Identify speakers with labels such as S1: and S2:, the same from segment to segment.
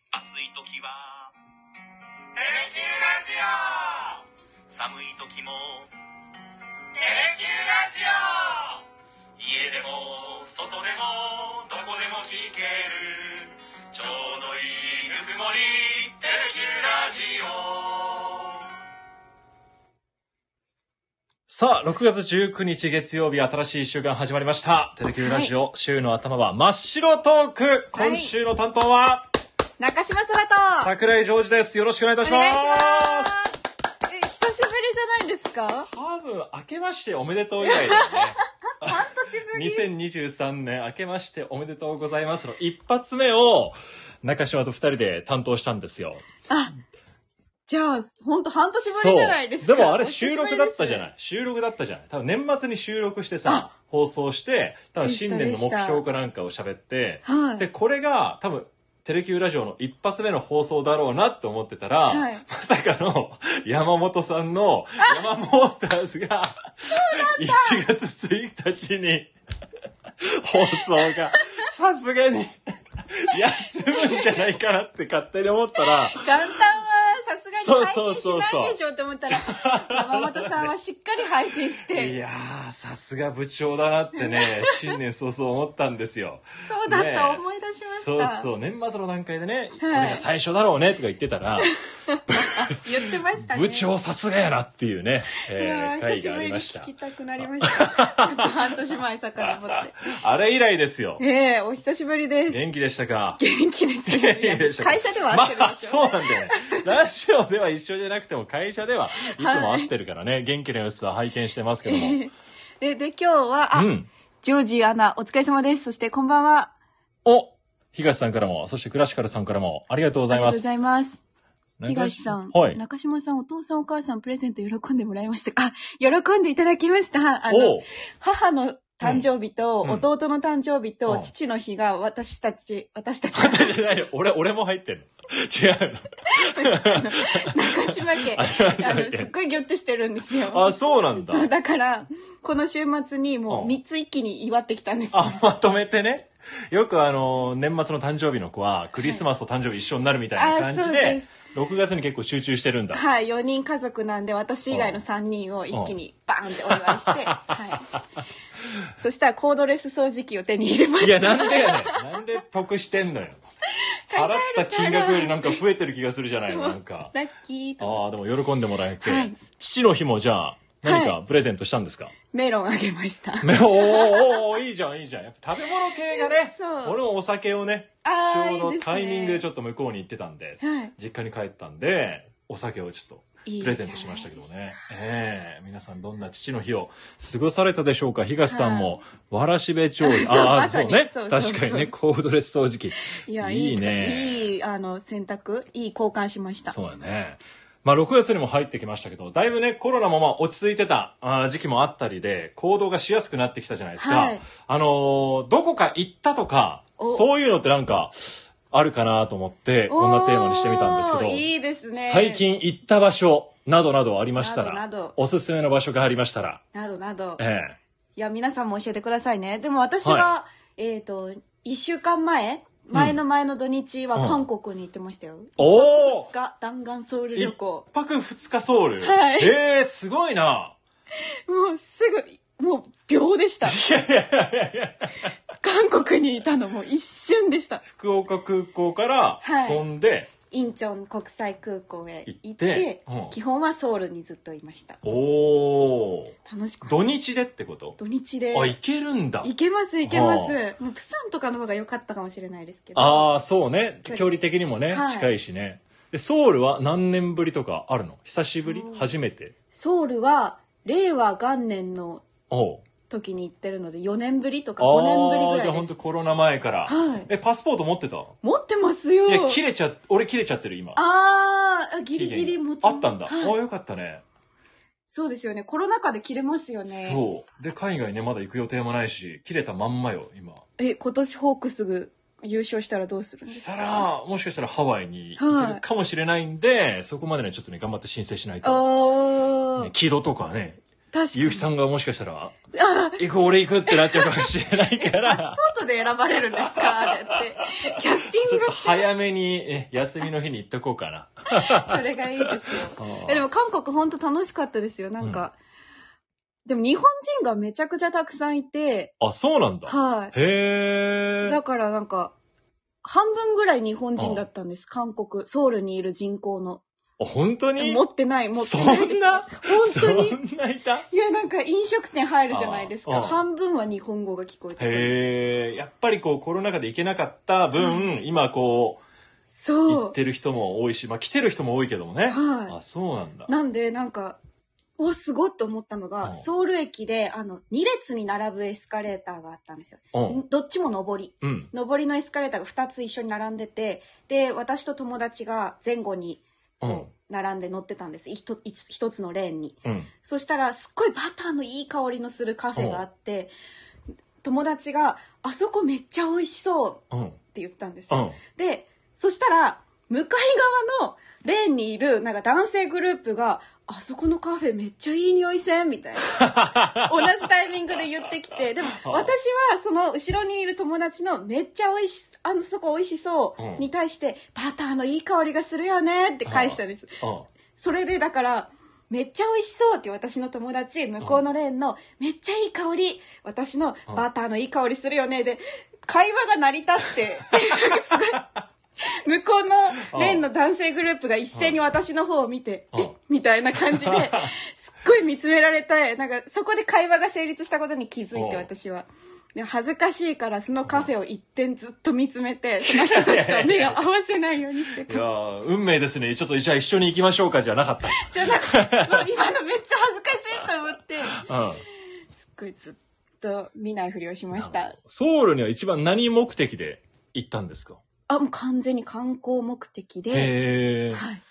S1: 時は
S2: テレキューラジオ
S1: 寒い時も
S2: テレキューラジオ
S1: 家でも外でもどこでも聞けるちょうどいいぬくもりテレキューラジオ
S3: さあ、6月19日月曜日、新しい一週間始まりました。テレキューラジオ、週の頭は真っ白トーク今週の担当は、
S4: 中島空と
S3: 桜井ジョージです。よろしくお願いいたし
S4: お
S3: ま
S4: 願い
S3: す
S4: しますえ、久しぶりじゃないですか
S3: 多分、明けましておめでとう以来だよ ね。
S4: 半年ぶり
S3: 2023年明けましておめでとうございますの一発目を、中島と二人で担当したんですよ。
S4: あ、じゃあ、ほんと半年ぶりじゃないですか。
S3: そうもあれ収録だったじゃないい収録だったじゃない多分年末に収録してさ、放送して、多分新年の目標かなんかを喋って、
S4: はい
S3: で、これが多分、テレキューラジオの一発目の放送だろうなって思ってたら、
S4: はい
S3: まさかの山本さんの山モンスターズが1月1日に放送がさすがに休むんじゃないかなって勝手に思ったら、
S4: 元旦はさすがに配信しないでしょって思ったら、山本さんはしっかり配信し
S3: い
S4: て、
S3: やー、さすが部長だなって ね、新年早々思ったんですよ。
S4: そうだっ
S3: ね
S4: た、思い出しました。
S3: そうそう、年末の段階でね、これ
S4: はい
S3: が最初だろうねとか言ってたら、
S4: 言ってましたね。
S3: 部長さすがやなっていうね、
S4: うわ
S3: えー、
S4: ー久
S3: 会
S4: し
S3: が
S4: ぶ
S3: あ
S4: り
S3: り
S4: に
S3: ま した
S4: 聞。きたくなりました。半年前遡って。
S3: あれ以来ですよ。
S4: ええお久しぶりです。
S3: 元気でしたか
S4: 元気ですよ
S3: いやいや
S4: ね。会社では会ってるでしょ。
S3: まあ、そうなんだよね。ラジオでは一緒じゃなくても会社ではいつも会ってるからね、元気な様子は拝見してますけども。
S4: で、で、今日は、あ、
S3: うん
S4: ジョージアナ、お疲れ様です。そして、こんばんは。
S3: お東さんからも、そしてクラシカルさんからも、ありがとうご
S4: あ
S3: ざ
S4: り
S3: い
S4: が
S3: ま
S4: とうご
S3: す。
S4: ざいます。東さん、
S3: はい。
S4: 中島さん、お父さんお母さん、プレゼント喜んでもらいましたか喜んでいただきました。あ
S3: お
S4: の
S3: う、
S4: 母の誕生日と、
S3: うん
S4: 弟の誕生日と、
S3: うん
S4: 父の日が私たち、私たち、
S3: 違う違う 俺、俺も入ってるの。違うの。
S4: 中島家、あの、すっごいギョッとしてるんですよ。
S3: あ、そうなんだ。
S4: だから、この週末に
S3: う
S4: もうん3つ一気に祝ってきたんですよ。
S3: あ、まとめてね。よくあの、年末の誕生日の子は、クリスマスと誕生日一緒になるみたいな感じ
S4: はいあそう
S3: で
S4: です、
S3: 6月に結構集中してるんだ。
S4: はい、4人家族なんで私以外の3人を一気にバーンってお祝いして、はい、そしたらコードレス掃除機を手に入れま
S3: い
S4: し
S3: や、
S4: た
S3: なんでやねん。なんで得してんのよ。払った金額よりなんか増えてる気がするじゃないの、
S4: そう
S3: なんか。
S4: ラッキーと
S3: ああ、でも喜んでもらえて。
S4: はい
S3: 父の日もじゃあ、何かプレゼントしたんですか、
S4: メロンあげました
S3: めおーおーおーいいじゃんいいじゃんやっぱ食べ物系がね
S4: そう
S3: 俺もお酒をね
S4: あ
S3: ちょ
S4: ー
S3: う
S4: いい
S3: ど
S4: ですね
S3: タイミングでちょっと向こうに行ってたんで
S4: はい
S3: 実家に帰ったんでお酒をちょっ
S4: い
S3: と
S4: い
S3: プレゼントしましたけどねええ皆さんどんな父の日を過ごされたでしょうか東さんもわらしべ調理
S4: そう
S3: ああ
S4: ま
S3: そ
S4: さ
S3: う
S4: に
S3: ね
S4: そうそうそう
S3: 確かにねコードレス掃除機
S4: いや
S3: い
S4: い
S3: い
S4: い
S3: ね
S4: いいあの選択いい交換しました
S3: そうやね。まあ6月にも入ってきましたけど、だいぶね、コロナもまあ落ち着いてたあー時期もあったりで、行動がしやすくなってきたじゃないですか。
S4: はい
S3: あのーどこか行ったとか、
S4: お
S3: そういうのってなんか、あるかなと思って、こんなテーマにしてみたんですけど、
S4: おーいいですね
S3: 最近行った場所などなどありましたら、
S4: などなど
S3: おすすめの場所がありましたら、
S4: などなど
S3: え
S4: いや皆さんも教えてくださいねでも私は、えっ、と1週間前前の前の土日は韓国に行ってましたよ、
S3: えおお
S4: 2日弾丸ソウル
S3: 一
S4: 旅行
S3: 泊二日ソウル。
S4: はい
S3: えー、すごいな。
S4: もうすぐ、もう秒でした。韓国にいたのもう一瞬でした。
S3: 福岡空港から飛んで、
S4: インチョン国際空港へ行
S3: 行
S4: って、
S3: ってうん
S4: 基本はソウルにずっといました。
S3: おお。
S4: 楽しかった。
S3: 土日でってこと
S4: 土日で。
S3: あ、行けるんだ。
S4: 行けます行けます。もうプサンとかの方が良かったかもしれないですけど。
S3: ああ、そうね。
S4: 距離
S3: 距離的にもね、
S4: はい
S3: 近いしね。でソウルは何年ぶりとかあるの久しぶり
S4: そう
S3: 初めて
S4: ソウルは令和元年の
S3: おう
S4: 時に行ってるので、4年ぶりとか5年ぶり
S3: あ
S4: ぐ
S3: あ、じゃあ
S4: らい
S3: 本
S4: で
S3: 当
S4: す。
S3: コロナ前から。
S4: はい
S3: え、パスポート持ってた
S4: 持ってますよ。
S3: いや、切れちゃ、俺切れちゃってる今。
S4: あーあ、ギ
S3: 期
S4: リ
S3: 限、
S4: ギリ持ち
S3: あったんだ。
S4: はい
S3: ああ、よかったね。
S4: そうですよね。コロナ禍で切れますよね。
S3: そう。で、海外ね、まだ行く予定もないし、切れたまんまよ、今。
S4: え今年ホークスぐ優勝したらどうするんで
S3: し
S4: す
S3: た、
S4: から
S3: もしかしたらハワイに行けるかもしれないんで、そこまでね、ちょっとね、頑張って申請しない
S4: あ
S3: と。
S4: ー
S3: ね、木戸とかね、
S4: 確かに
S3: ゆうき
S4: ん
S3: さんがもしかしたら、行く、俺行くってなっちゃうかもしれないか
S4: パスポ
S3: ら、
S4: ートで選ばれるんですかあれってキャスティン
S3: ちょっと早めに、ね、休みの日に行っとこうか な。
S4: それがいいですよ。
S3: うん
S4: えでも韓国本当楽しかったですよ。なんか、でも日本人がめちゃくちゃたくさんいて、
S3: あ、そうなんだ。
S4: は
S3: へ
S4: い。
S3: え
S4: だ。からなんか、半分ぐらい日本人だったんです。韓国、ソウルにいる人口の。
S3: あ本当に
S4: 持ってない、持って
S3: そ
S4: ないです。
S3: んな、
S4: 本当に。
S3: そんないた
S4: いや、なんか飲食店入るじゃないです
S3: ああ
S4: か。半分は日本語が聞こえてる。
S3: へえ、やっぱりこうコロナ禍で行けなかった分、今こう、行
S4: そ
S3: っ
S4: う。
S3: てる人も多いし、まあ来てる人も多いけどもね。
S4: はい
S3: あ、そうなんだ。
S4: なんで、なんか、お、すごっと思ったの
S3: う
S4: が、
S3: ん
S4: ソウル駅で、あの、2列に並ぶエスカレーターがあったんですよ。
S3: うん。
S4: どっちも上り。
S3: うん。
S4: 上りのエスカレーターが2つ一緒に並んでて、で、私と友達が前後に
S3: うん。
S4: 並んで乗ってたんです。一一一つのレーンに。
S3: うん。
S4: そしたら、すっごいバターのいい香りのするカフェがあって、友達が、あそこめっちゃ美味しそ
S3: う
S4: う
S3: ん。
S4: って言ったんです
S3: う
S4: よ。
S3: ん。
S4: で、そしたら、向かい側のレーンにいる、なんか男性グループが、あそこのカフェめっちゃいい匂いせんみたい な。同じタイミングで言ってきて、でも私 はその後ろにいる友達のめっちゃ美味し、あのそこ美味しそうに対して、バターのいい香りがするよねって返したんで
S3: う
S4: す。
S3: ん。
S4: それでだから、めっちゃ美味しそうって私の友達、向こうのレーンの、めっちゃいい香り、私のバターのいい香りするよね、で、会話が成り 立って、すごい、向こうのレーンの男性グループが一斉に私の方を見て、
S3: うん
S4: えみたいな感じで、 すっごい見つめられて、なんかそこで会話が成立したことに気づいて
S3: うん
S4: 私は。で恥ずかしいからそのカフェを一点ずっと見つめて、その人たちとは目が合わせないようにして
S3: いやー運命ですね。ちょっとじゃあ一緒に行きましょうかじゃなかった。
S4: じゃなくて、もう今のめっちゃ恥ずかしいと思って、
S3: うん。
S4: すっごいずっと見ないふりをしました。
S3: ソウルには一番何目的で行ったんですか
S4: あ、もう完全に観光目的で、
S3: へえ。
S4: はい。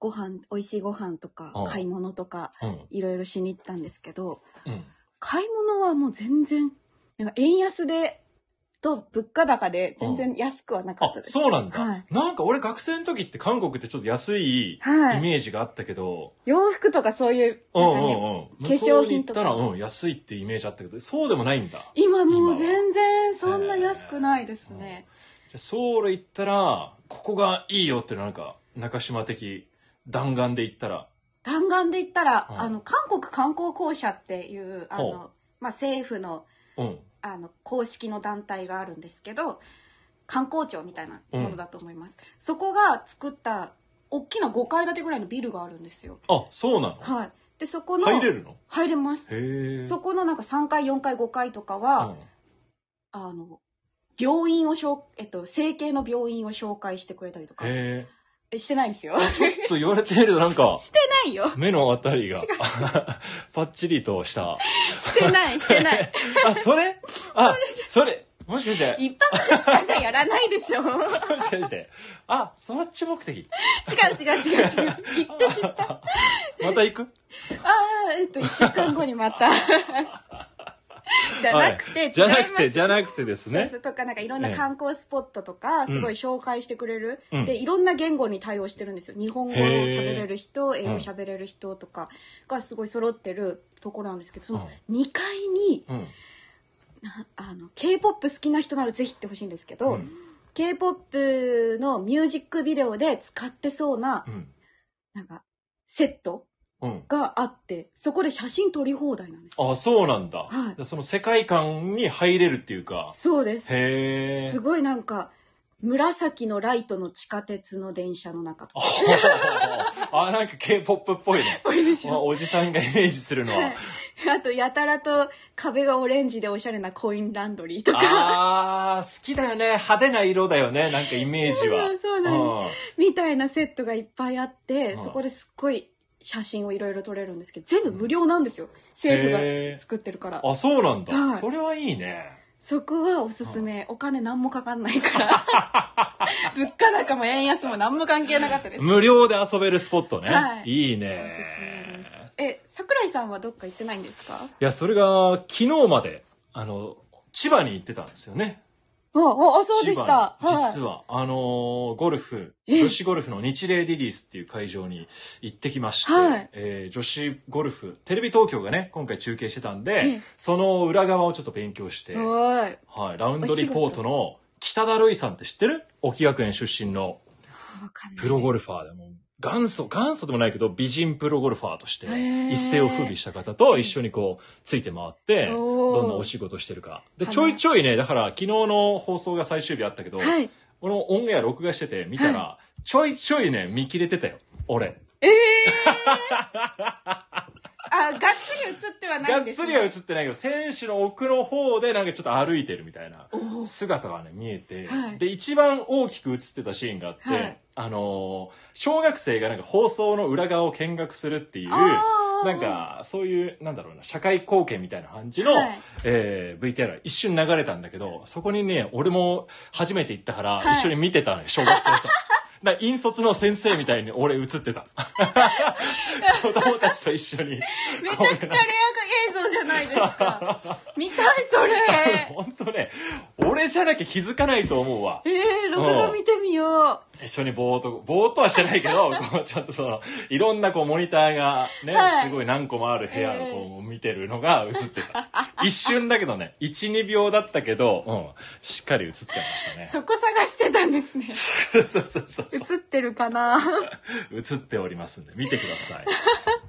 S4: ご飯、美味しいご飯とか
S3: うん、
S4: 買い物とか、
S3: うん。
S4: いろいろしに行ったんですけど、
S3: うん。
S4: 買い物はもう全然、なんか円安で、と物価高で全然安くはなかっ
S3: あ
S4: た、です。
S3: そうなんだ。
S4: はい
S3: なんか俺学生の時って韓国ってちょっと安いイ
S4: はい
S3: メージがあったけど、
S4: 洋服とかそういう、
S3: うん
S4: な
S3: う
S4: んか
S3: ん
S4: ね、
S3: うん。
S4: 化粧品とか
S3: 向こうに行ったら、うん、安いってイメージあったけど、そうでもないんだ。
S4: 今も
S3: 今は
S4: う全然そんな安くないですね。
S3: じゃあソウル行ったら、ここがいいよっていうのはなんか、中島的弾丸で行ったら、
S4: 弾丸で言ったら、
S3: うん
S4: あの韓国観光公社っていうあ
S3: ほう
S4: の、まあ、政府の
S3: うん。
S4: あの公式の団体があるんですけど観光庁みたいなものだと思います、そこが作った大きな5階建てぐらいのビルがあるんですよ
S3: あ、そうな
S4: はいでそこ
S3: の
S4: の
S3: 入れるの
S4: 入れます
S3: へえ。
S4: そこのなんか3階4階5階とか
S3: うん
S4: は、あの病院をしょう、えっと、整形の病院を紹介してくれたりとか
S3: へえ。
S4: えしてないですよ
S3: ちょっと言われてみるとなんか、
S4: してないよ
S3: 目のあたりが、 パッチリとした。
S4: してないしてない
S3: あ、それあ、それもしかして、
S4: 一泊二日じゃやらないでしょ
S3: もしかして、あ、そっち目 的。
S4: 違う違う 違う違う。行って知った。あ
S3: また行く
S4: あ、えっと、一週間後に また。じゃなくて、
S3: はいじゃなく
S4: 違
S3: て、
S4: い
S3: じゃなくてです
S4: ます
S3: ね。
S4: とか、なんかいろんな観光スポットとか、
S3: え
S4: すごい紹介してくれる、
S3: うん
S4: で、いろんな言語に対応してるんですよ。日本語を
S3: へー
S4: 喋れる人、英語
S3: うん
S4: 喋れる人とかがすごい揃ってるところなんですけど、その
S3: う
S4: 2階に、
S3: うん。
S4: なあの、K-POP 好きな人ならぜひ行ってほしいんですけど、
S3: うん
S4: K-POP のミュージックビデオで使ってそうな
S3: う、ん。
S4: なんか、セット
S3: うん。
S4: があって、そこで写真撮り放題なんですよ。
S3: あ、そうなんだ。
S4: はい
S3: その世界観に入れるっていうか。
S4: そうです。
S3: へ
S4: す
S3: ー。
S4: ごいなんか、紫のライトの地下鉄の電車の中とか。
S3: あ、なんか K-POP っぽいね。
S4: いでし
S3: まあ
S4: ょ
S3: おじさんがイメージするのは。
S4: あと、やたらと壁がオレンジでおしゃれなコインランドリーとか、
S3: あー、好きだよね。派手な色だよね。なんかイメージは。
S4: そうなの みたいなセットがいっぱいあって、
S3: うん
S4: そこですっごい写真をいろいろ撮れるんですけど、全部無料なんですよ。政府
S3: へー
S4: が作ってるから
S3: うん。あ、そうなんだ、
S4: はい
S3: それはいいね。
S4: そこはおすすめ。お金何もかかんな いから。物価高も円安も何も関係なかったです。
S3: 無料で遊べるスポットね。
S4: はい
S3: いい
S4: おすすめ
S3: ね
S4: で。す。え、桜井さんはどっか行ってないんですか
S3: いや、それが昨日まで、あの、千葉に行ってたんですよね。
S4: あ、あ、あそうでした。
S3: 千葉に
S4: はい
S3: 実は、あのーゴルフ、
S4: え
S3: 女子ゴルフの日霊リリースっていう会場に行ってきまして、
S4: はい
S3: えー女子ゴルフ、テレビ東京がね、今回中継してたんで、
S4: ええ
S3: その裏側をちょっと勉強して、
S4: おーい。
S3: はい、ラウンドリポートの北田瑠衣さんって知ってる沖学園出身の
S4: わかんない。
S3: プロゴルファーでも、元祖、元祖でもないけど、美人プロゴルファーとして
S4: へー、
S3: 一世を風靡した方と一緒にこう、ついて回って、
S4: おー
S3: どんなお仕事してるか。で、ちょいちょいね、だから昨日の放送が最終日あったけど、
S4: はい。
S3: このオンエア録画してて見たら、ちょいちょいね、見切れてたよ。俺。
S4: ええあ、がっつり映ってはな
S3: が
S4: い
S3: っ
S4: んです、
S3: つ
S4: ね。
S3: りは映ってないけど、選手の奥の方でなんかちょっと歩いてるみたいな
S4: おー
S3: 姿がね、見えて、
S4: はい
S3: で、一番大きく映ってたシーンがあって、
S4: はい
S3: あのー小学生がなんか放送の裏側を見学するっていう、
S4: あー
S3: なんか、そういう、なんだろうな、社会貢献みたいな感じの、
S4: はい
S3: えー VTR が一瞬流れたんだけど、そこにね、俺も初めて行ったから、
S4: はい
S3: 一緒に見てたのよ、小学生 と。だから引率の先生みたいに俺映ってた。子供たちと一緒に。
S4: めちゃくちゃレア映像じゃないですか。見たい、それ。
S3: 本当ね、俺じゃなきゃ気づかないと思うわ。
S4: ええ録画見てみよ
S3: 一緒にぼーっと、ぼーっとはしてないけ ど、こうちょっとその、いろんなこうモニターがね、
S4: はい
S3: すごい何個もある部屋のこう見てるのが映って た。一瞬だけどね、1、2秒だったけど、うん、しっかり映ってま
S4: う。
S3: したね。
S4: そこ探してたんで すね。
S3: そうそうそうそう。
S4: 映ってる かな
S3: 映っておりますんで、見てください。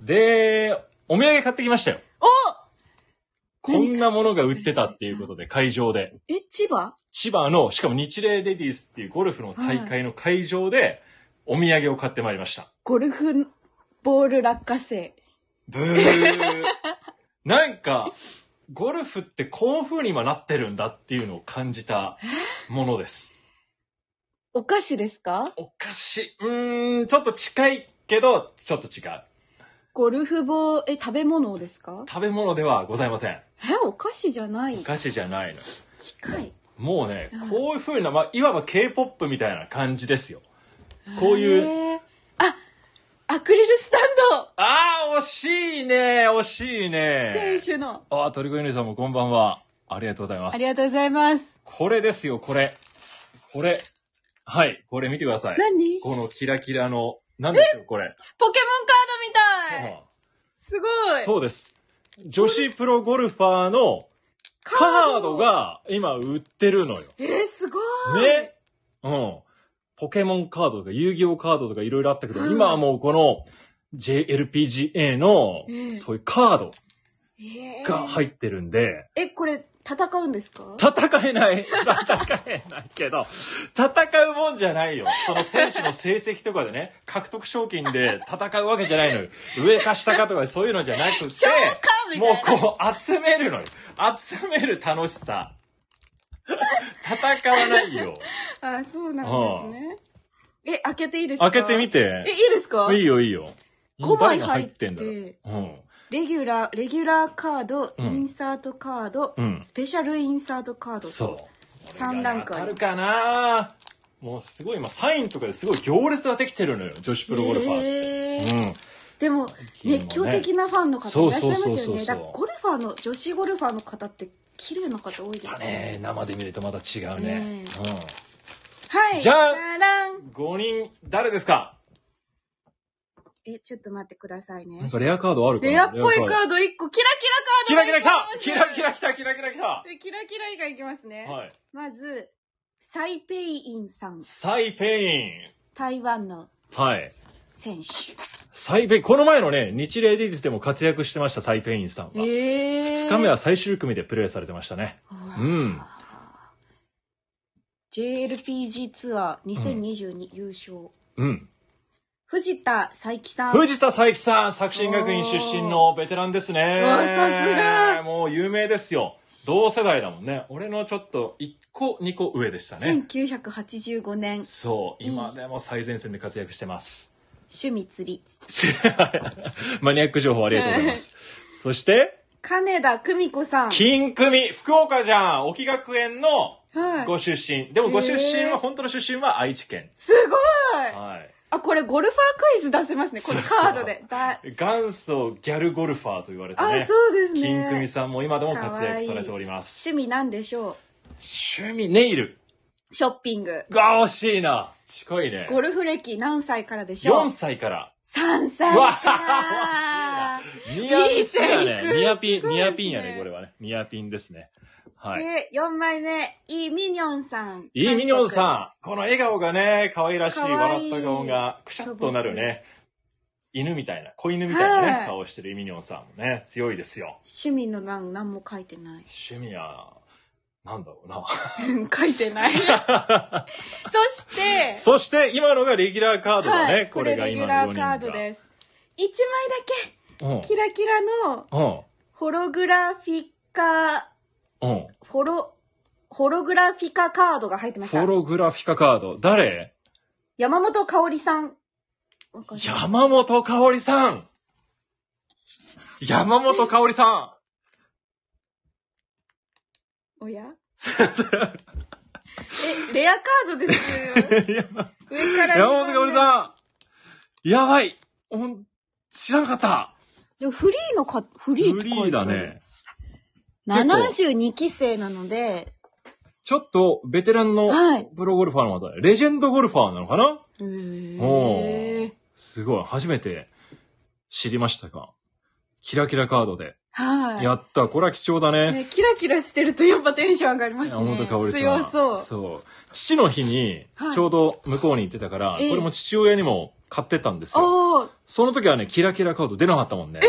S3: で、お土産買ってきましたよ。
S4: お
S3: こんなものが売ってたっていうことで、会場で。
S4: え、千葉
S3: 千葉の、しかも日霊レディースっていうゴルフの大会の会場で、お土産を買ってまいりました。
S4: ゴルフボール落花生。
S3: ブー。 なんか、ゴルフってこういう風に今なってるんだっていうのを感じたものです。
S4: お菓子ですか
S3: おかしい。うーん、ちょっと近いけど、ちょっと違う。
S4: ゴルフボー、え、食べ物ですか
S3: 食べ物ではございません。
S4: え、お菓子じゃない
S3: お。菓子じゃないの。
S4: 近い。
S3: もうね
S4: うん、
S3: こういう風な、まあ、いわば K-POP みたいな感じですよ。こういう
S4: へー。あ、アクリルスタンド
S3: あー、惜しいね、惜しいね。
S4: 選手の。
S3: あー、鳥越ゆりさんもこんばんは。ありがとうございます。
S4: ありがとうございます。
S3: これですよ、これ。これ。はい、これ見てください。
S4: 何ポケモン
S3: このキラキラの、なんでしょう、これ。
S4: カードみたい
S3: うん
S4: すごい
S3: そうです。女子プロゴルファーのカードが今売ってるのよ。
S4: えー、すごい
S3: ね。うん。ポケモンカードとか遊戯王カードとかいろいろあったけど、
S4: うん
S3: 今はもうこの JLPGA の
S4: ええ
S3: そういうカード
S4: えー
S3: が入ってるんで、
S4: え、これ、戦うんですか
S3: 戦えない。 戦えないけど、戦うもんじゃないよ。その選手の成績とかでね、獲得賞金で戦うわけじゃないのよ。上か下かとかそういうのじゃなく
S4: 召喚
S3: て、
S4: みたい
S3: も
S4: な
S3: うこう集めるのよ。集める楽しさ。戦わないよ。
S4: あ、そうなんですね。え、開けていいですか
S3: 開けてみ
S4: え、い
S3: て。
S4: いですか
S3: いいよいいよ。
S4: 五
S3: 誰
S4: 枚
S3: が
S4: 入って
S3: だろう。うん。
S4: レギュラー、レギュラーカード、
S3: うん
S4: インサートカード、
S3: うん
S4: スペシャルインサートカード。
S3: そう。
S4: 三ランク
S3: 俺
S4: あ
S3: が
S4: る
S3: 当たるかなもうすごい今サインとかですごい行列ができてるのよ。女子プロゴルファーって。
S4: へー
S3: うん。
S4: でも
S3: 近もね
S4: 熱狂的なファンの方いらっしゃいます
S3: そうそう
S4: よ
S3: そうそう
S4: ねだからゴルファーの女子ゴルファーの方って綺麗な方多いです
S3: だ
S4: よ
S3: ね
S4: ね
S3: 生で見るとまた違うね
S4: ねはい
S3: じゃん
S4: らん
S3: うん5人誰ですか
S4: えちょっと待ってください
S3: なん
S4: ね
S3: かレアカードあるかな
S4: レアっぽい
S3: レア
S4: カード1個キラキ
S3: キ
S4: ラ
S3: ラ
S4: カード
S3: キラ来た
S4: がいき
S3: キ
S4: ます
S3: ラキラ来たキラキラ来た
S4: でキラキラ以外いきますね、
S3: はい
S4: まずサイ・ペイインさん
S3: サイペイ
S4: 台湾の
S3: ンはい
S4: 選手
S3: サイペインこの前のね日霊ディーズでも活躍してましたサイペインさんは
S4: え
S3: 2日目は最終組でプレーされてましたねう
S4: うん JLPG ツアー2022優勝、
S3: うん
S4: 藤田佐伯さん
S3: 藤田佐伯さん作新学院出身のベテランですね
S4: うわさすが
S3: もう有名ですよ同世代だもんね俺のちょっと1個2個上でしたね
S4: 1985年
S3: そう、今でも最前線で活躍してます。
S4: 趣味釣り
S3: マニアック情報ありがとうございます。そして、
S4: 金田久美子さん
S3: 金組、福岡じゃん、沖学園の
S4: はい
S3: ご出身。でもご出身
S4: へー
S3: は、本当の出身は愛知県。
S4: すごい
S3: はい。
S4: あこれゴルファークイズ出せますねこれカードでだ
S3: 元祖ギャルゴルファーと言われて
S4: あ、
S3: ね。
S4: そうですね
S3: 金組さんも今でも活躍されております。
S4: 趣味なんでしょ
S3: 趣味、ネイル。
S4: うショッピング
S3: が惜しいな。近いね。
S4: ゴルフ歴何歳からでしょう
S3: 4歳から。
S4: 3歳
S3: うわ
S4: から
S3: ニアピンだ
S4: いい線い
S3: ね。
S4: く
S3: ニアピ
S4: す
S3: ン、
S4: ごい
S3: ニ
S4: ですね
S3: アピンやね、これはね。ニアピンですね。はい。
S4: で、4枚目、イ・ミニョンさん。
S3: いいミニョンさんこの笑顔がね、可愛らしい、
S4: 可愛い
S3: 笑った顔が、くしゃっとなるね。犬みたいな、子犬みたいなね、
S4: はい
S3: 顔してるイミニョンさんもね、強いですよ。。
S4: 趣味の欄何も書いてない
S3: 趣味は、なんだろうな。
S4: 書いて ない。そして、
S3: そして、今のがレギュラーカードだね。
S4: はい、こ
S3: こ
S4: れ
S3: れが
S4: レギ
S3: 今
S4: ュ
S3: の4
S4: ラ
S3: 人
S4: ー
S3: が
S4: カードです。1枚だ
S3: うん
S4: け、キラキラの
S3: う
S4: ホログラフィカ、
S3: ん。うん。
S4: ホロ、ホログラフィカカードが入ってまし
S3: フ
S4: た
S3: ォ。ログラフィカカード。誰
S4: 山本香織さん。わかります
S3: 山本香織さん山本香織さ
S4: おや
S3: ん
S4: え、レアカードですよ。上から
S3: 山本香織
S4: ん
S3: さんやばいほん知らなかった
S4: でもフリーのか、フ
S3: フ
S4: リーって
S3: リ
S4: 書
S3: ー
S4: いて
S3: だ
S4: ある。
S3: ね。。
S4: 72期生なので、
S3: ちょっと、ベテランの
S4: はい
S3: プロゴルファーの方だねレジェンドゴルファーなのかな
S4: へ
S3: お
S4: ー
S3: ーすごい。初めて知りましたかキラキラカードで。
S4: はい。
S3: やった。これは貴重だね。
S4: ねキラキラしてるとやっぱテンション上がりますね。
S3: 山本香織さん。
S4: 強そう。
S3: そう。父の日に
S4: はい、
S3: ちょうど向こうに行ってたから、
S4: ええ
S3: これも父親にも買ってたんですよ。
S4: おー
S3: その時はね、キラキラカード出なかったもんね。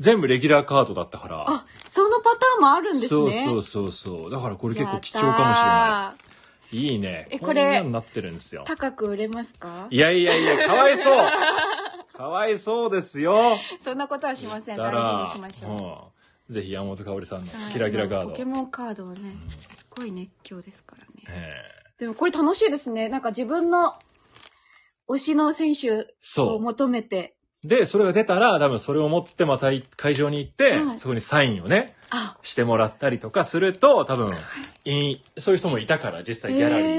S3: 全部レギュラーカードだったから。
S4: あ、そのパターンもあるんですね。。
S3: そうそうそうそう。だからこれ結構貴重かもしれないい。いいね。
S4: えこれ
S3: んなになってるんですよ。
S4: 高く売れますか
S3: いやいやいや、かわいそう。 かわいそうですよ。
S4: そんなことはしません。
S3: だ
S4: 大
S3: ら
S4: 事にしましょ
S3: う
S4: う。
S3: んぜひ山本香織さんの
S4: はい
S3: キラキラカー
S4: ポ
S3: ド。
S4: ケモンカードはね、すごい熱狂ですからね。
S3: ええ
S4: でもこれ楽しいですね。なんか自分の推しの選手
S3: そ
S4: を
S3: う。
S4: 求めて。
S3: で、それが出たら、多分それを持ってまた会場に行って、
S4: はい
S3: そこにサインをね、
S4: あ、
S3: してもらったりとかすると、多分、いいそういう人もいたから、実際ギャラリーで。
S4: え
S3: うん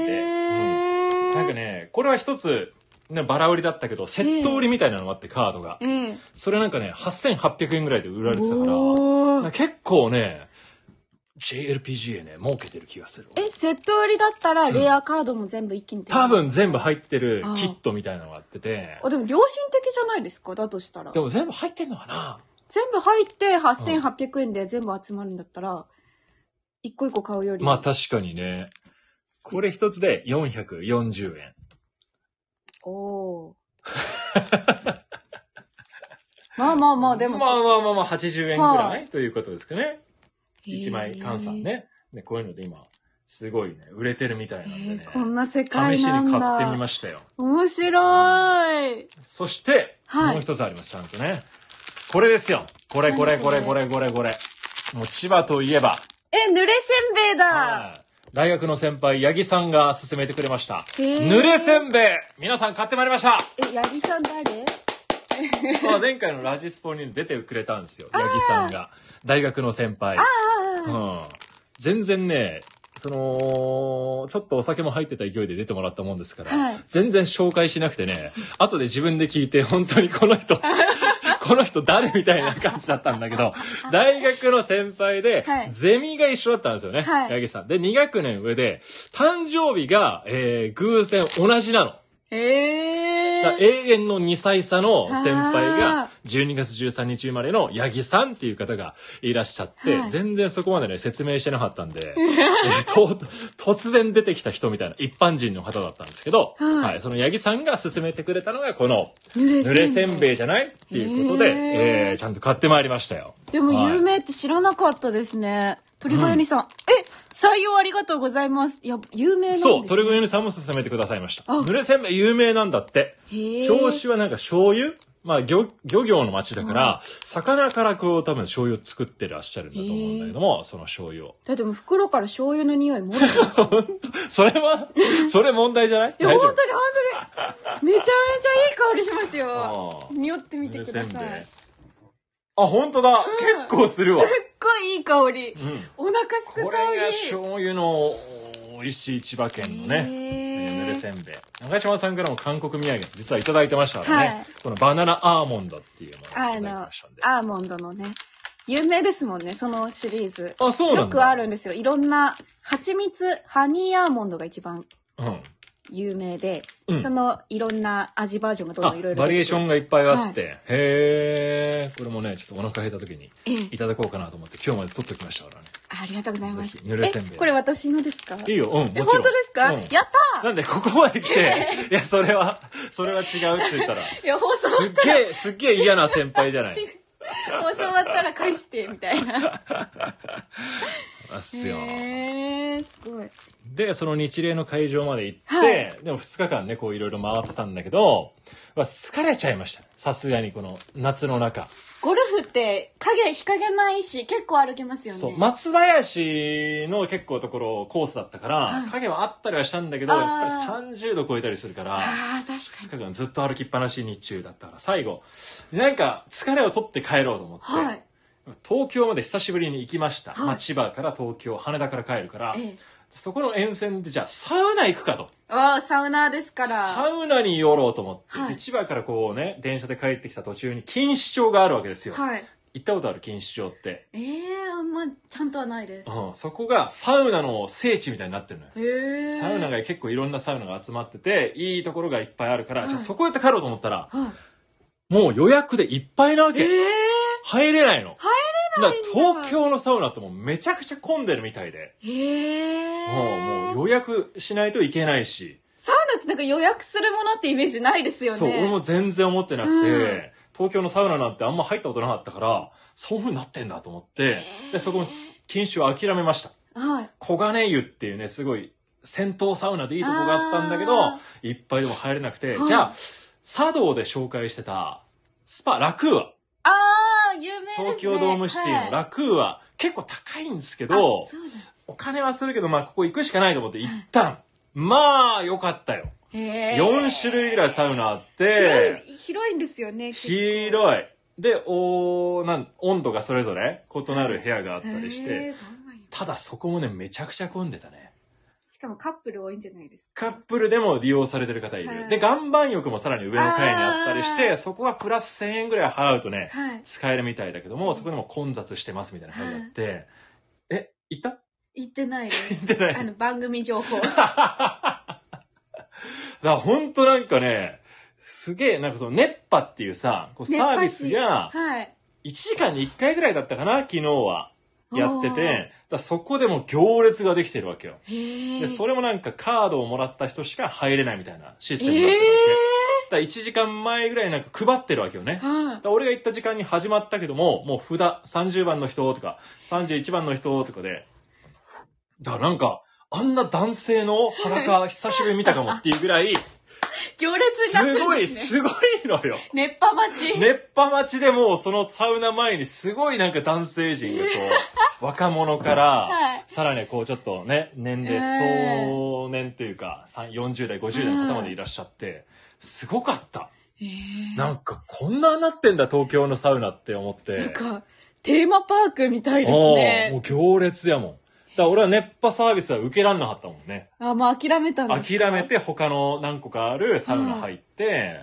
S4: ー
S3: なんかね、これは一つ、ね、バラ売りだったけど、セット売りみたいなのもあって、カードが。
S4: ええ
S3: それなんかね、8800円ぐらいで売られてたから、
S4: お
S3: なんか
S4: ー
S3: 結構ね、JLPGA ね、儲けてる気がする。
S4: え、セット売りだったらレアカードも全部一気に手に
S3: 多分全部入ってる
S4: あー
S3: キットみたいなのがあってて
S4: あ、、でも良心的じゃないですかだとしたら
S3: で。も全部入ってんのかな
S4: 全部入って8800円で全部集まるんだったら、一個一個買うより。
S3: まあ確かにね。これ一つで440円。
S4: おおー。 まあまあまあ、でも
S3: ま
S4: そ、
S3: あまあまあまあ80円ぐら
S4: はい
S3: ということですかね。一枚換算
S4: へ
S3: ね。ねこういうので今、すごいね、売れてるみたい
S4: ー。
S3: なん
S4: へ
S3: で
S4: ーこん
S3: ね。
S4: な世界
S3: 試し
S4: なん
S3: に
S4: だ。
S3: 買ってみましたよ。
S4: 面白い。
S3: そして、
S4: はい
S3: もう一つあります、ちゃんとね。これですよ。これこれこれこれこれこれ。もう千葉といえば、
S4: え、濡れせんべいだ。
S3: はい大学の先輩、八木さんが勧めてくれました。
S4: へー
S3: 濡れせんべい皆さん買ってまいりました
S4: え、八木さん誰
S3: まあ、前回のラジスポに出てくれたんですよ、八木さんが。大学の先輩。うん、全然ね、その、ちょっとお酒も入ってた勢いで出てもらったもんですから、
S4: はい
S3: 全然紹介しなくてね、後で自分で聞いて、本当にこの 人、この人誰みたいな感じだったんだけど、大学の先輩で
S4: は、い
S3: ゼミが一緒だったんですよね、
S4: はい
S3: 八木さん。で、2学年上で、誕生日が、えー、偶然同じなの。だ
S4: え
S3: から
S4: ー。
S3: 永遠の2歳差の先輩
S4: あ
S3: が、12月13日生まれの八木さんっていう方がいらっしゃって、
S4: はい
S3: 全然そこまでね、説明してなかったんで、え ーと突然出てきた人みたいな一般人の方だったんですけど、
S4: はい
S3: はい、その八木さんが勧めてくれたのが、この、
S4: 濡
S3: 濡れせん
S4: い。
S3: べいじゃないっていうことで、
S4: へー
S3: えーちゃんと買ってまいりましたよ。
S4: でも有
S3: はい
S4: 名って知らなかったですね。鳥羽よりさん。え、採用ありがとうございます。いや、有名なんです、ね、
S3: そう、鳥越さんも勧めてくださいました。
S4: あ
S3: 濡れせんべい有名なんだって。
S4: へえ。
S3: 銚子はなんか醤油まあ漁漁業の町だから、魚からこう多分醤油を作ってらっしゃるんだと思うんだけども、その醤油を。
S4: だってもう袋から醤油の匂いもろてます
S3: それ は、それ問題じゃない
S4: いや、
S3: 大
S4: 本
S3: 丈
S4: 当
S3: 夫
S4: に。本当に。めちゃめちゃいい香りしますよ
S3: あ。ー
S4: 匂ってみてください。すっ
S3: い。あ、本当だ、結構す るわ。
S4: ごいいい香り。
S3: うん。
S4: お腹すく
S3: こ
S4: 香
S3: れが
S4: り。
S3: 醤油の美味しい千葉県のね。
S4: へー
S3: ぬれせんべい長島さんからも韓国土産実はいただいてましたからね、
S4: はい
S3: このバナナアーモンドっていうものをいただ
S4: あ
S3: いて
S4: の
S3: ましたんで、
S4: アーモンドのね、有名ですもんね、そのシリーズ。
S3: あそうなんだ
S4: よくあるんですよ。いろんな、蜂蜜、ハニーアーモンドが一番
S3: うん
S4: 有名で、
S3: うん
S4: そのいろんな味バージョンがどんど
S3: あ
S4: んいろいろ
S3: バリエーションがいっぱいあって、
S4: は
S3: へえこれもねちょっとお腹減った時に
S4: ええ
S3: いただこうかなと思って今日まで取ってきましたからね
S4: ありがとうございます
S3: ぜひぬれせんべい
S4: えこれ私のですか
S3: いいようんもち
S4: え
S3: ろん
S4: 本当ですか、
S3: うん
S4: やったー
S3: なんでここまで来て いやそれはそれは違うって言ったら
S4: いや放送
S3: すっげえすっげえ嫌な先輩じゃない
S4: 違う放送終わったら返してみたいな
S3: あっすよ
S4: へえー、すごい
S3: でその日例の会場まで行って、
S4: はい
S3: でも2日間ねこういろいろ回ってたんだけどまあ疲れちゃいましたさすがにこの夏の中
S4: ゴルフって影日陰ないし結構歩けますよね
S3: そう松林の結構ところコースだったから、
S4: はい
S3: 影はあったりはしたんだけど
S4: あー
S3: やっぱり30度超えたりするから
S4: あー確か
S3: 2日間ずっと歩きっぱなし日中だったから最後なんか疲れを取って帰ろうと思って、
S4: にはい
S3: 東京まで久しぶりに行きました、
S4: はい
S3: まあ、千葉から東京羽田から帰るから、
S4: ええ
S3: そこの沿線でじゃあサウナ行くかと
S4: ああサウナーですから
S3: サウナに寄ろうと思って、
S4: はい
S3: で千葉からこうね電車で帰ってきた途中に錦糸町があるわけですよ、
S4: はい
S3: 行ったことある錦糸町って、
S4: ええあんまちゃんとはないです
S3: うん、そこがサウナの聖地みたいになってるのよ
S4: へえ
S3: サウナが結構いろんなサウナが集まってていいところがいっぱいあるから、
S4: はい
S3: じゃあそこへって帰ろうと思ったら
S4: は
S3: もう予約でいっぱいなわ
S4: いえ
S3: け、
S4: え
S3: 入れないの
S4: 入れないんだ
S3: だから東京のサウナってもうめちゃくちゃ混んでるみたいで、
S4: へえ
S3: もうもう予約しないといけないし
S4: サウナってなんか予約するものってイメージないですよね
S3: そう俺も全然思ってなくて、
S4: うん
S3: 東京のサウナなんてあんま入ったことなかったからそういう風になってんだと思ってでそこも禁酒を諦めました
S4: はい
S3: 黄金湯っていうねすごい銭湯サウナでいいとこがあったんだけど
S4: あ
S3: いっぱいでも入れなくて、
S4: はい
S3: じゃあ茶道で紹介してたスパラクーア
S4: ああ有名ですね
S3: 東京ドームシティのラクーア、結構高いんですけど
S4: あそうなんだ
S3: お金はするけどまあここ行くしかないと思って行ったんまあよかったよ
S4: へえ
S3: 4種類ぐらいサウナあって
S4: 広い広いんですよね結構
S3: 広いでおなん温度がそれぞれ異なる部屋があったりし
S4: へえ
S3: て
S4: 頑張ります
S3: ただそこもねめちゃくちゃ混んでたね
S4: しかもカップル多いんじゃないですか
S3: カップルでも利用されてる方いる、
S4: はい
S3: で岩盤浴もさらに上の階にあったりし
S4: あ
S3: て
S4: ー
S3: そこはプラス1000円ぐらい払うとね
S4: はい
S3: 使えるみたいだけどもそこでも混雑してますみたいな感じがあって、え行った
S4: 行ってないです
S3: 行ってない
S4: あの番組情 報
S3: だからほんとなんかね、すげえ、なんかその熱波っていうさ、こうサービスが
S4: はい
S3: 1時間に1回ぐらいだったかな、昨日は。やってて、
S4: おー
S3: だからそこでもう行列ができてるわけよ。
S4: へえ
S3: で、それ
S4: れ
S3: もなんかカードをもらった人しか入れないみたいなシステムになっ
S4: え
S3: て
S4: え
S3: るわけ。だから1時間前ぐらいになんか配ってるわけよね。だか
S4: はい
S3: ら俺が行った時間に始まったけども、もう札30番の人とか、31番の人とかで、だからなんか、あんな男性の裸久しぶりに見たかもっていうぐらい、
S4: 行列になっ
S3: す
S4: てるん
S3: ごい、
S4: ですね
S3: すごいのよ。
S4: 熱波待ち、
S3: 熱波待ちでもうそのサウナ前にすごいなんか男性陣がこう、若者から、
S4: はい
S3: さらにこうちょっとね、年齢
S4: えー
S3: 相年というか、さん40代、50代の方までいらっしゃって、すごかった。
S4: へえ
S3: なんかこんななってんだ東京のサウナって思って。
S4: なんかテーマパークみたいです
S3: おーもう
S4: ね
S3: 行列やもん。だから俺は熱波サービスは受けらんなかったもんね。
S4: あもう諦めたんです
S3: 諦
S4: か
S3: めて他の何個かあるサウナ入って、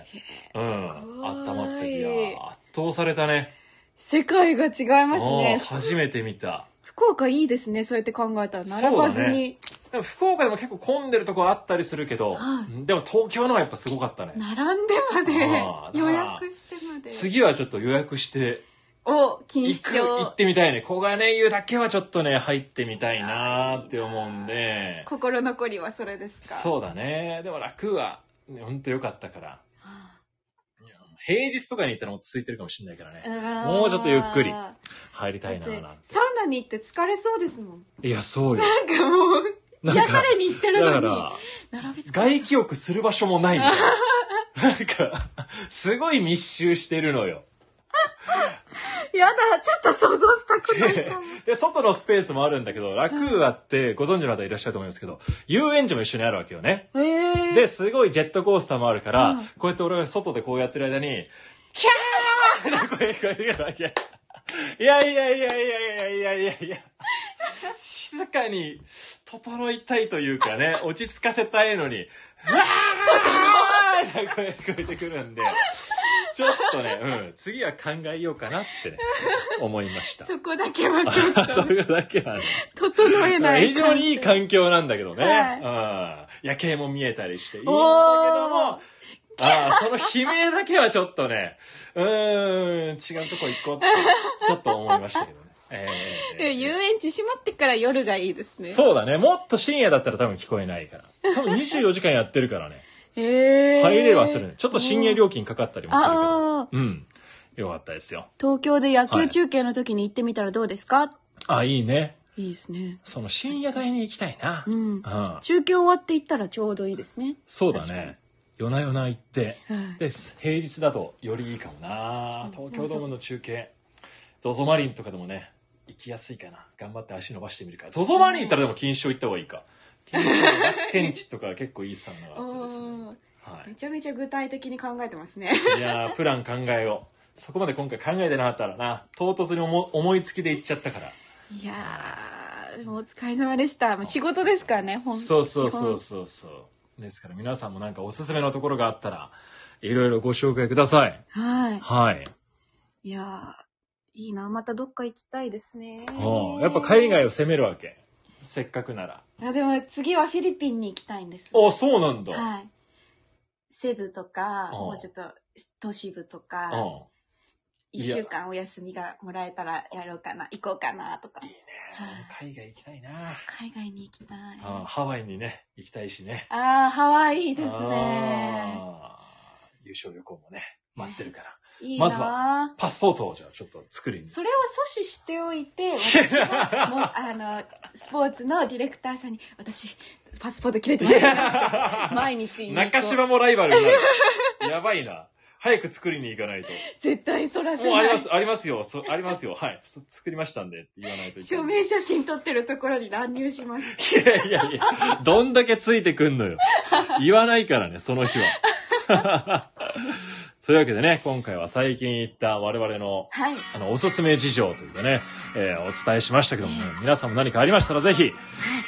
S3: うん、
S4: ごい
S3: 温まってるや圧倒されたね
S4: 世界が違います
S3: うん
S4: ね
S3: 初めて見た
S4: 福岡いいですねそうやって考えたら並ばずに、
S3: でも福岡でも結構混んでるとこあったりするけど、
S4: は
S3: でも東京のはやっぱすごかったね
S4: 並んでま
S3: あー
S4: で予約してまで
S3: 次はちょっと予約して
S4: を錦
S3: 行
S4: 糸
S3: く行っ
S4: 町
S3: てみたいね小金湯だけはちょっとね入ってみたいなーって思うんで
S4: 心残りはそれですか
S3: そうだねでも楽はねほんと良かったからいや平日とかに行ったらもっと空いてるかもしれないからねもうちょっとゆっくり
S4: だ
S3: 入りたい
S4: っ
S3: な
S4: て
S3: ーなん
S4: サウナに行って疲れそうですもん
S3: ていやそうよ
S4: なんかもう
S3: なんか
S4: 癒されに行ってる
S3: だか
S4: のに
S3: ら
S4: 並びつか
S3: 外気浴する場所もないみたいな。なんか、すごい密集してるのよ。
S4: やだちょっと想像したくない
S3: で
S4: かも
S3: で、外のスペースもあるんだけど、ラクーアってご存知の方いらっしゃると思いますけど、遊園地も一緒にあるわけよね。
S4: へえ
S3: で、すごいジェットコースターもあるから、
S4: うん
S3: こうやって俺が外でこうやってる間に、キャーって 声が聞こえてくるわけ。いやいやいやいやいやいやいやいや。静かに整いたいというかね、落ち着かせたいのに、うわーって声が聞こえてくるんで、ちょっとね、うん、次は考えようかなってね、思いま した。
S4: そこだけはちょっ
S3: それだけはね。
S4: と整えない。
S3: 非常にいい環境なんだけどね。うん。夜景も見えたりしていいんだけども、ああ、その悲鳴だけはちょっとね、うーん、違うとこ行こうって、ちょっと思いましたけど ね。ええ
S4: でも遊園地閉まってから夜がいいですね。
S3: そうだね。もっと深夜だったら多分聞こえないから。多分24時間やってるからね。
S4: へ え。
S3: 入れはするね。ちょっと深夜料金かかったりもするけ
S4: あ
S3: ど
S4: あ。
S3: うん。よかったですよ。
S4: 東京で野球中継の時に行ってみたらどうですか、
S3: あ、いいね。
S4: い、いですね。
S3: その深夜帯に行きたいな。
S4: うん
S3: うん
S4: 中継終わって行ったらちょうどいいですね。
S3: そうだ
S4: 確かに
S3: ね。夜な夜な行って
S4: はい。
S3: で、平日だとよりいいかもな。東京ドームの中継。ゾゾマリンとかでもね、行きやすいかな。頑張って足伸ばしてみるから。ゾゾマリン行ったらでも錦糸町行った方がいいか。錦糸町楽天地とか結構いいサウナがあってですね。
S4: おー
S3: はい
S4: め。ちゃめちゃ具体的に考えてますね。
S3: いやー、プラン考えを。そこまで今回考えてなかったらな、唐突に思思いつきで行っちゃったから。
S4: いやー、でもお疲れ様でした。まあ仕事ですからね、ほん
S3: そうそうそうそうそう。ですから皆さんもなんかおすすめのところがあったら、いろいろご紹介ください。
S4: は
S3: はい。
S4: い。いやー、いいな。またどっか行きたいですね。
S3: うんやっぱ海外を攻めるわけ。せっかくなら。
S4: あでも次はフィリピンに行きたいんです。
S3: あ、そうなんだ。
S4: はい。セブとか、
S3: うん
S4: もうちょっと都市部と
S3: う
S4: か、
S3: ん。
S4: 一週間お休みがもらえたらやろうかな、行こうかなとか。
S3: 海外行きたいな。
S4: 海外に行きたい。
S3: あ
S4: あ
S3: ハワイにね、行きたいしね。
S4: あー、ハワイいいですね。
S3: あー。優勝旅行もね、待ってるから。
S4: いいな
S3: まず
S4: あ
S3: パスポートをじゃあちょっと作りに。
S4: それを阻止しておいて、私が、 もう、あの、スポーツのディレクターさんに、私、パスポート切れてますからって 毎日言うと
S3: 中島もライバルになる。やばいな。早く作りに行か ないと。
S4: 絶対そらせ
S3: もうあり
S4: な
S3: ま
S4: い。
S3: す、ありますよ。そありますよ。はい。つ作りましたんでって言わないといけ
S4: 署
S3: ない。
S4: 名写真撮ってるところに乱入します。
S3: いやいやいや、どんだけついてくんのよ。言わないからね、その日は。 というわけでね、今回は最近行った我々の、
S4: はい。
S3: あの、おすすめ事情というかね、えーお伝えしましたけども、皆さんも何かありましたらぜひ、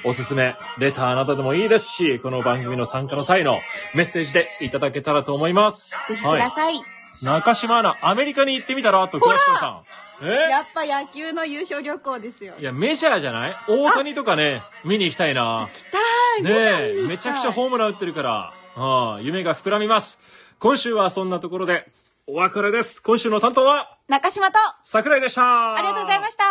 S3: おすすめ、レターなどでもいいですし、この番組の参加の際のメッセージでいただけたらと思います。
S4: ぜひく
S3: はい
S4: ださい。
S3: 中島アナ、アメリカに行ってみたらと、倉島さん。え
S4: やっぱ野球の優勝旅行ですよ。
S3: いや、メジャーじゃない大谷とかね、見に行きたいな。
S4: 来たい
S3: ねえ、
S4: 見
S3: めちゃ
S4: に
S3: くち
S4: 行きた
S3: ゃ
S4: い
S3: ホームラン打ってるから、ああ夢が膨らみます。今週はそんなところで、お別れです。今週の担当は、
S4: 中島と、
S3: 桜井でした。
S4: ありがとうございました。